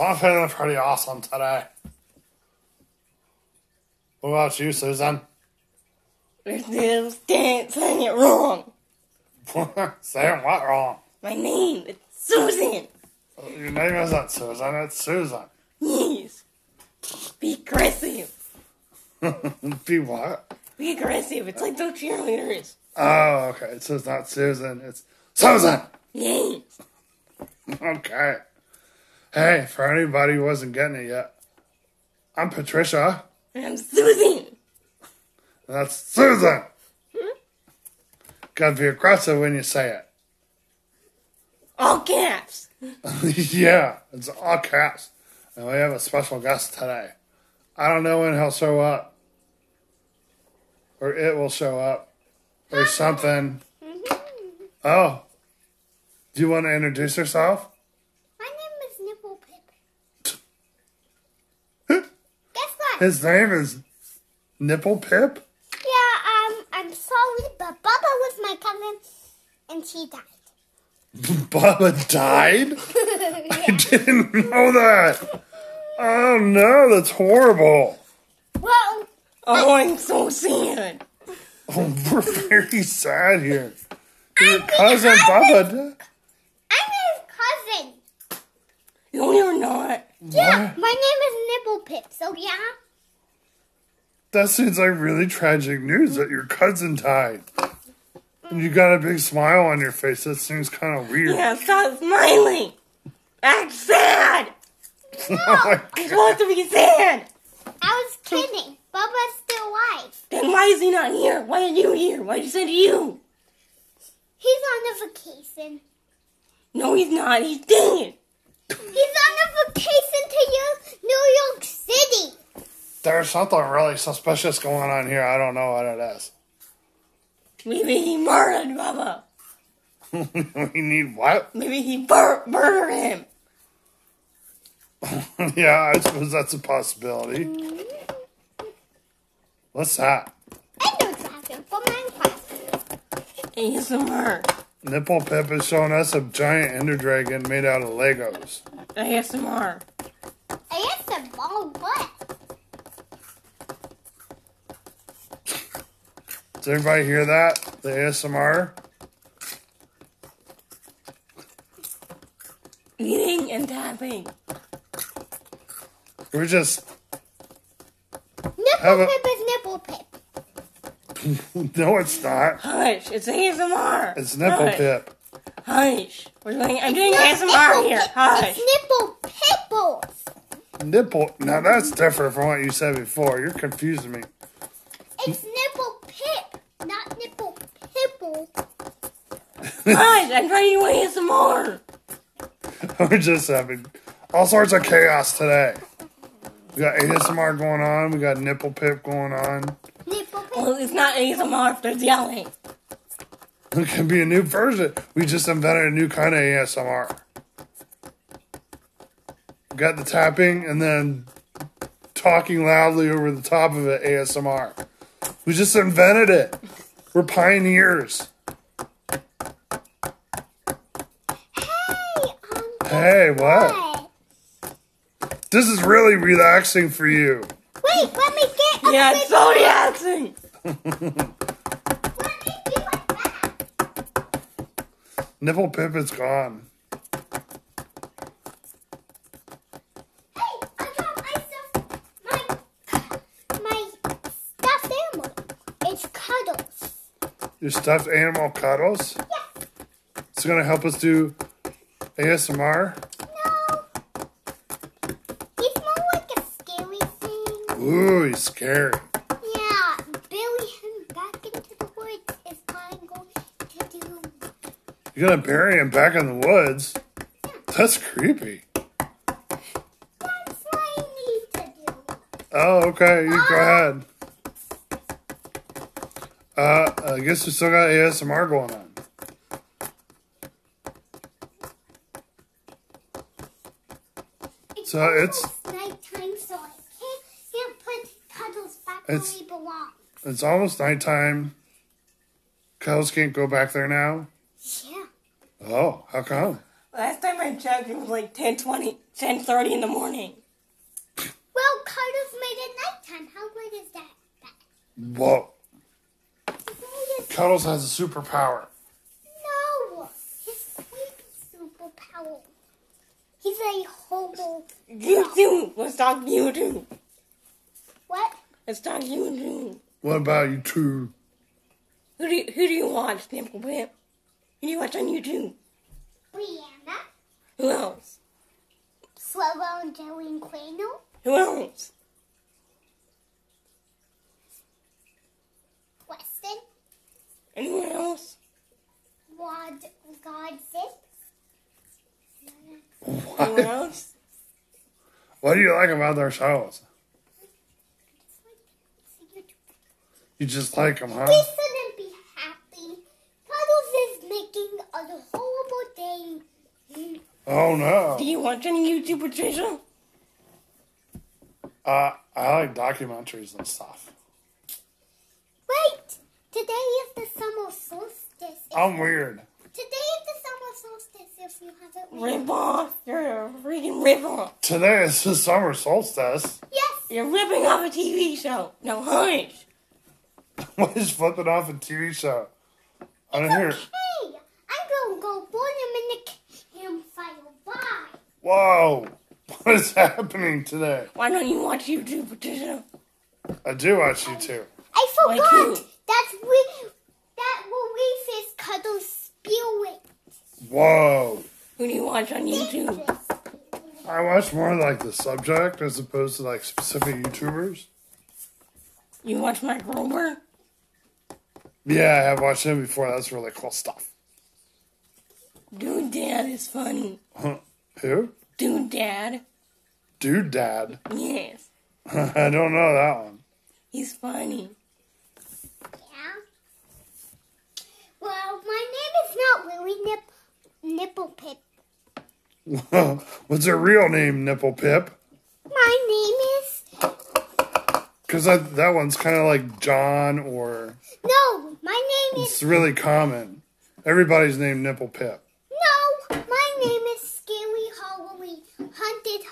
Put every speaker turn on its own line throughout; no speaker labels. I'm feeling pretty awesome today. What about you, Susan?
You're still saying it wrong.
Saying what wrong?
My name is Susan.
Your name isn't Susan, it's Susan.
Yes. Be aggressive.
Be what?
Be aggressive. It's like those cheerleaders.
Oh, okay. So it's not Susan, it's Susan!
Yes.
Okay. Hey, for anybody who wasn't getting it yet, I'm Patricia,
I'm Susan.
and that's Susan! Gotta be aggressive when you say
All caps.
it. yeah, it's all caps. And we have a special guest today. I don't know when he'll show up, or it will show up, or something.
Mm-hmm.
Oh, do you want to introduce yourself?
My name is Nipple Pip. Guess what?
His name is Nipple Pip?
Yeah, um, I'm sorry, but Bubba was my cousin, and she died.
Bubba died? I didn't know that. Oh no, that's horrible.
Well,
Oh, I'm so sad.
We're very sad here. Your cousin Bubba.
I'm his cousin.
No, you're not.
Yeah.
My name is Nipple Pip. So yeah,
That seems like really tragic news that your cousin died. And you got a big smile on your face. That seems kind of weird.
Yeah, stop smiling. Act sad. You're supposed to be sad.
I was kidding. Bubba's still alive.
Then why is he not here? Why are you here? Why did you send you?
He's on a vacation.
No, he's not. He's dead.
He's on a vacation to Yo- New York City.
There's something really suspicious going on here. I don't know what it is.
Maybe he murdered Bubba.
we need what?
Maybe he bur- murdered him.
yeah, I suppose that's a possibility. What's that?
I know it's happened for Minecraft.
ASMR.
Nipple Pip is showing us a giant ender dragon made out of Legos.
ASMR.
I guess the ball what?
Does everybody hear that? The ASMR?
Eating and tapping.
We're just Have
Nipple
a-
Pip is Nipple Pip.
no, it's not.
Hush. It's ASMR.
It's Nipple
Hush.
Pip.
Hush. We're doing, I'm doing
Not
ASMR
Nipple
here.
Pip,
Hush.
It's Nipple Pipples.
Nipple. Now that's different from what you said before. You're confusing me.
It's nipple pip, not nipple pipple.
Hush. I'm trying to do ASMR.
We're just having all sorts of chaos today. We got ASMR going on. We got Nipple Pip going on.
Nipple pip.
Well, it's not ASMR if there's yelling.
It could be a new version. We just invented a new kind of ASMR. We got the tapping and then talking loudly over the top of it ASMR. We just invented it. We're pioneers.
Hey, um,
Hey, what?
what?
This is really relaxing for you.
Wait, let me get a
Yeah, it's so relaxing.
pip. Let me do it back.
Nipple Pip is gone.
Hey, I got myself my my stuffed animal. It's cuddles.
Your stuffed animal cuddles.
Yeah,
It's gonna help us do ASMR.
no. He's more like a scary thing.
Ooh, he's scary.
Yeah, Billy him back into the woods is what I'm going to do.
You're gonna bury him back in the woods. That's creepy.
That's what I need to do.
Oh, okay. You go ahead. Uh, I guess we still got ASMR going on. So it's-
almost nighttime, so I can't, can't put cuddles back
It's-
where he belongs.
It's almost nighttime. Cows can't go back there now.
Yeah.
Oh, how come?
Last time I I checked, it was like 10 20, 10 30 in the morning.
Well, kind of made it nighttime. How great is that? That-
Whoa.
It's made it-
Cuddles has a superpower.
No! His creepy superpower. He's a horrible.
YouTube! Let's talk YouTube!
What?
Let's talk YouTube!
What about you two?
Who do you, who do you watch, Dimple Whip? Who do you watch on YouTube?
Brianna?
Who else?
Slobo and Joey and Quino?
Who else?
Weston?
Anyone else?
Wad Godson?
Anyone else?
What do you like about their shows? You just like them,
We
huh?
shouldn't be happy. Cuddles is making a horrible day. Mm,
Oh
Do
no.
you watch any YouTube, Patricia?
Uh, I like documentaries and stuff.
Wait! Today is the summer solstice.
I'm weird.
Today is the summer solstice if you haven't
Rip off! You're a freaking rip off!
Today is the summer solstice.
Yes!
You're ripping off a TV show! No, hush!
What is flipping off a TV show? I don't hear. it.
Hey! I'm gonna go burn him in the campfire. Bye!
Whoa! What is happening today?
Why don't you watch YouTube, Patricia?
I do watch you two.
I
Why
forgot!
two?
That's we that will reef is Cuddles spewing.
Whoa!
Who do you watch on YouTube?
I watch more like the subject as opposed to like specific YouTubers.
You watch Mike Rober?
Yeah, I have watched him before. That's really cool stuff.
Dude, Dad is funny.
Huh. Who?
Dude, Dad?
Dude Dad.
Yes,
I don't know that one.
he's funny.
Yeah. Well, my name is not Willie Nip Nipple Pip.
What's her real name, Nipple Pip?
My name is
Because that, that one's kind of like John, or
No, my name is
it's really common. Everybody's named Nipple Pip.
No, my name is Scary Halloween Hunted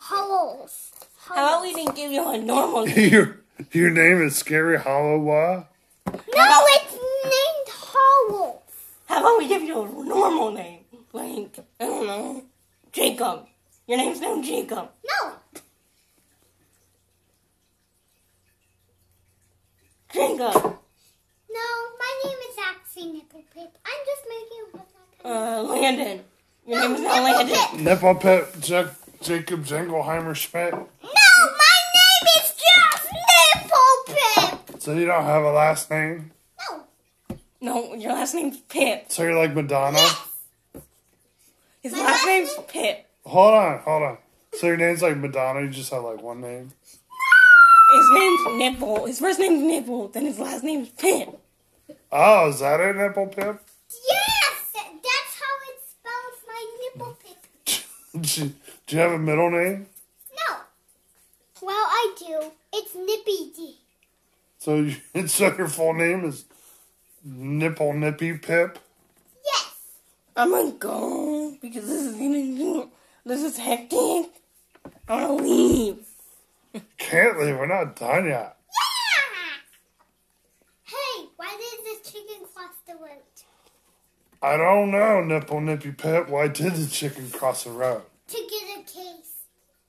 Hollows.
How about we didn't give you a normal name?
your, your name is Scary Hollowa?
No, it's named Hollow.
How about we give you a normal name? Like, I don't know, Jacob. Your name's no Jacob.
No,
Jacob.
no, my name is actually Nipple Pip. I'm just making it up.
Uh, Landon. Your
No,
name's not
Nipple
Landon.
Pip.
Nipple Pip Jack, Jacob Jingleheimer Schmidt.
No, my name is just Nipple Pip.
So you don't have a last name?
No,
No, your last name's Pip.
So you're like Madonna?
His
My
last
last
name's
name-
Pip.
Hold on, hold on. So your name's like Madonna, you just have like one name?
His name's Nipple. His first name's Nipple, then his last name's Pip.
Oh, is that it, Nipple Pip?
yes, that's how it spells my Nipple Pip.
do, you, do you have a middle name?
No. Well, I do. It's Nippy D.
So, you, so your full name is Nipple Nippy Pip?
Yes.
I'm gonna go because this is gonna this is hectic. I'm gonna leave.
Can't leave, we're not done yet.
Hey, why did the chicken cross the road?
I don't know, Nipple Nippy Pip. Why did the chicken cross the road?
To get a case.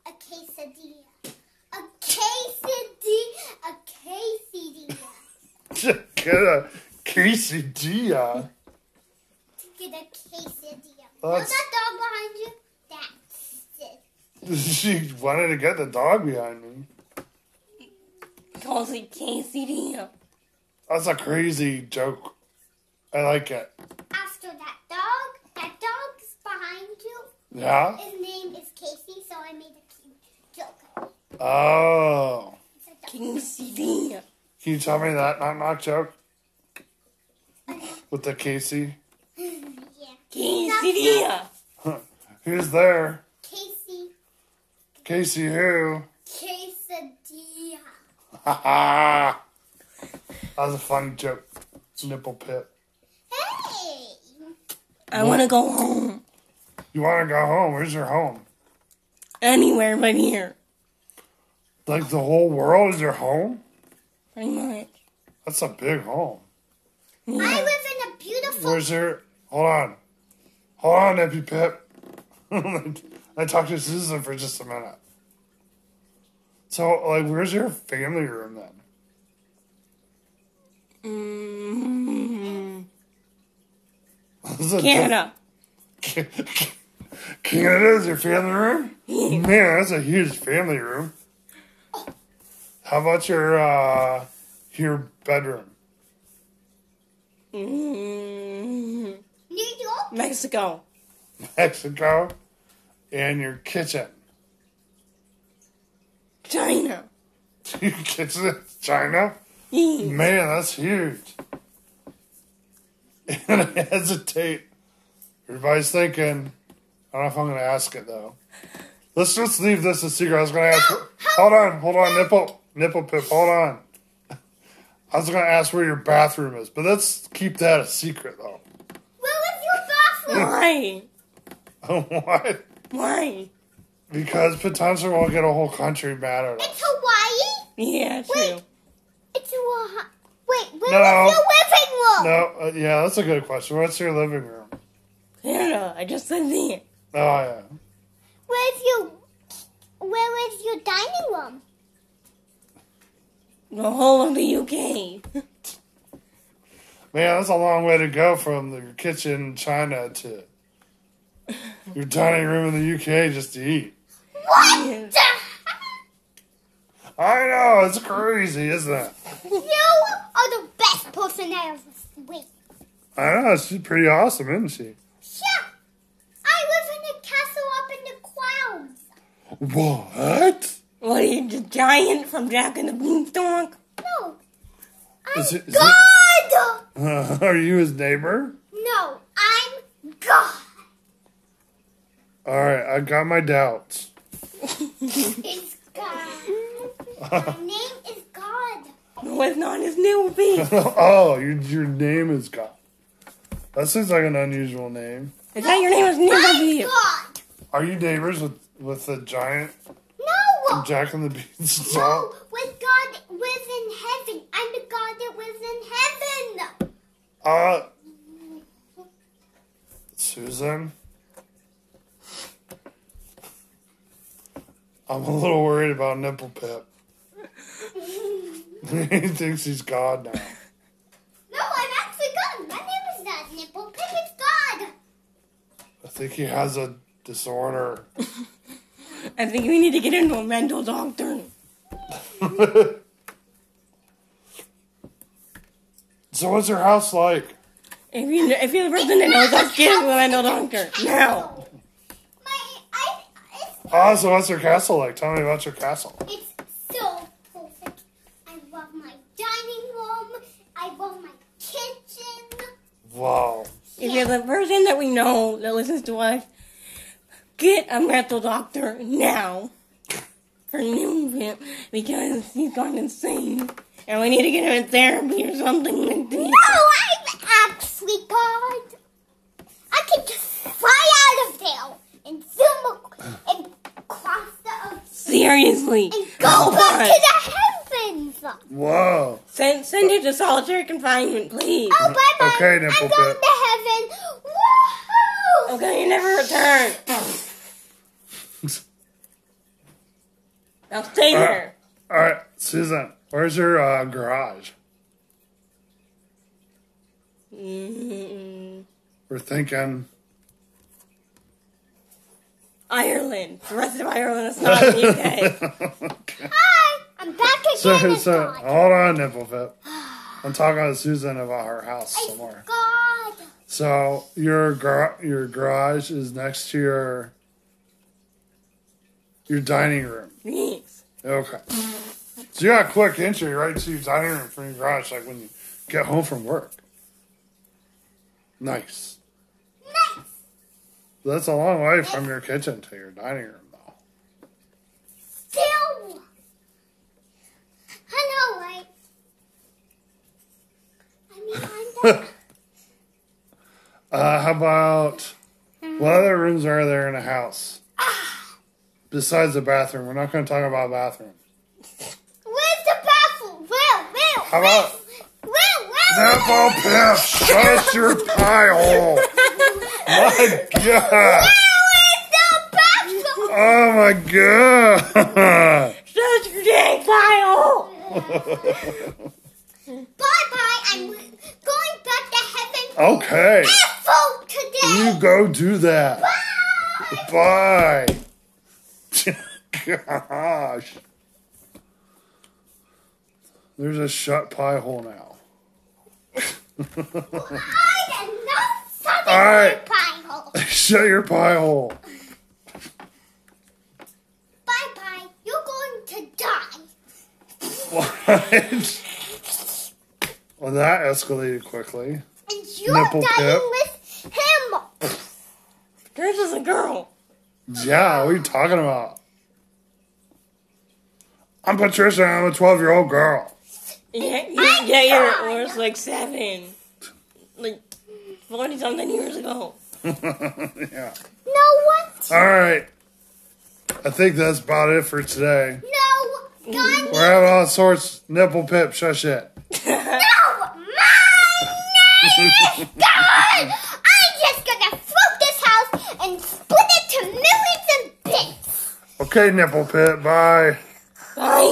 A quesadilla. A quesadilla. A quesadilla.
To get a quesadilla.
to get a quesadilla.
That's-
Was that dog behind you? That's it.
She wanted to get the dog behind me.
Calls it KCD.
That's a crazy joke. I like it.
After that dog, that dog's behind you.
Yeah?
His name is Casey, so I made a cute joke.
Oh.
It's a dog.
KCD.
Can you tell me that knock knock joke? With the Casey?
Yeah.
KCD.
Who's there?
Casey.
Casey who?
Quesadilla.
Ha ha! That was a funny joke. Nipple pip.
Hey!
I wanna go home.
You want to go home? Where's your home?
Anywhere but here.
Like the whole world is your home?
Pretty much.
That's a big home.
I
Yeah.
live in a beautiful.
Where's your? Hold on, hold on, Epi Pip. I talked to Susan for just a minute. So, like, where's your family room then?
Mm,
This is a
Canada.
diff- Canada is your family room. Man, that's a huge family room. How about your uh your bedroom?
Mm,
New York.
Mexico.
Mexico and your kitchen.
China.
Your kitchen is China?
Yeah.
Man, that's huge. And I hesitate. Everybody's thinking. I don't know if I'm going to ask it though. Let's just leave this a secret. I was going to ask. Hold on, hold on, nipple, nipple pip, hold on. I was going to ask where your bathroom is, but let's keep that a secret though.
Where is your bathroom?
Why?
Why?
Why?
Because potentially we'll get a whole country mad at us.
It's Hawaii.
Yeah, true.
Wait. It's Hawaii. Wait, where is
No.
your living room?
No, uh, yeah, that's a good question. What's your living room?
Canada. I just said that.
Oh yeah.
Where's your where is your dining room?
The whole of the UK.
Man, that's a long way to go from your kitchen in China to your tiny room in the UK just to eat.
What
Yeah.
the
I know, it's crazy, isn't it?
You are the best person I ever wait.
I know, she's pretty awesome, isn't she?
Yeah. I live in a castle up in the clouds.
What?
What are you, the giant from Jack and the Beanstalk?
No. I'm
Is it- is it-
God
are you his neighbor?
No, I'm God.
All right, I got my doubts.
It's God. My name is God.
No, it's not his new beast.
oh, your, your name is God. That seems like an unusual name.
Is that your name? It's new
I'm
beast.
God.
Are you neighbors with with the giant
No.
Jack and the Beanstalk?
No, with God lives in heaven. I'm the God that lives in heaven.
Uh, Susan, I'm a little worried about Nipple Pip. he thinks he's God now.
No, I'm actually God. My name is not Nipple Pig. It's God.
I think he has a disorder.
I think we need to get into a mental doctor.
so, what's your house like?
If, you, if you're the person that knows, let's get into a mental doctor. Now.
My, I, it's,
Ah, so what's your castle like? Tell me about your castle.
it's so perfect. I love my dining room. I love my kitchen.
Wow.
If you're the person that we know that listens to us, get a mental doctor now for new him because he's gone insane. And we need to get him in therapy or something like that.
No, I'm actually God. I can just fly out of there and zoom ac- and cross the ocean
Seriously.
and go back to the heavens. Oh,
Whoa.
Send, send him to solitary confinement, please.
Oh, bye bye.
Mm-hmm. Okay,
I'm
Nipple
going
Pip.
to heaven. Woohoo!
Okay, you never return. Now stay here.
All right, Susan, where's your uh, garage?
Mm,
We're thinking.
Ireland. The rest of Ireland is not the UK.
Hi, I'm back again.
So,
it's
so
God.
hold on, nipple fit. I'm talking to Susan about her house some
It's
more.
God.
So your gar- your garage is next to your your dining room.
Please.
Okay. So you got a quick entry right to your dining room from your garage, like when you get home from work. Nice.
Nice.
That's a long way from your kitchen to your dining room, though.
Still. Hello, right? I mean, I'm back.
Uh, how about What other rooms are there in a house? Besides the bathroom, we're not going to talk about bathroom.
Where's the bathroom? Where? Where?
How about
Where? Where?
that ball piss? Shut your pie hole! My God!
Where is the bathroom?
Oh my God!
Shut your dang pile!
Bye bye. I'm going back to heaven.
Oh, Okay,
F today.
you go do that. Bye. Gosh. There's a shut pie hole now.
I am not stopping
All right.
my pie hole.
Shut your pie hole.
Bye bye. You're going to die.
What? well, that escalated quickly.
And you're
Nipple
dying
tip.
with him.
This is a girl.
Yeah, what are you talking about? I'm Patricia. I'm a 12 year old girl.
Yeah, yeah, yeah you're, was like seven. Like 40 something years ago.
yeah.
No what?
All right. I think that's about it for today. Uh,
No gun.
We're having all sorts nipple pip shush it.
No. My name is gone. I'm just gonna flip this house and split it to millions and bits.
Okay, nipple pip. Bye.
Bye.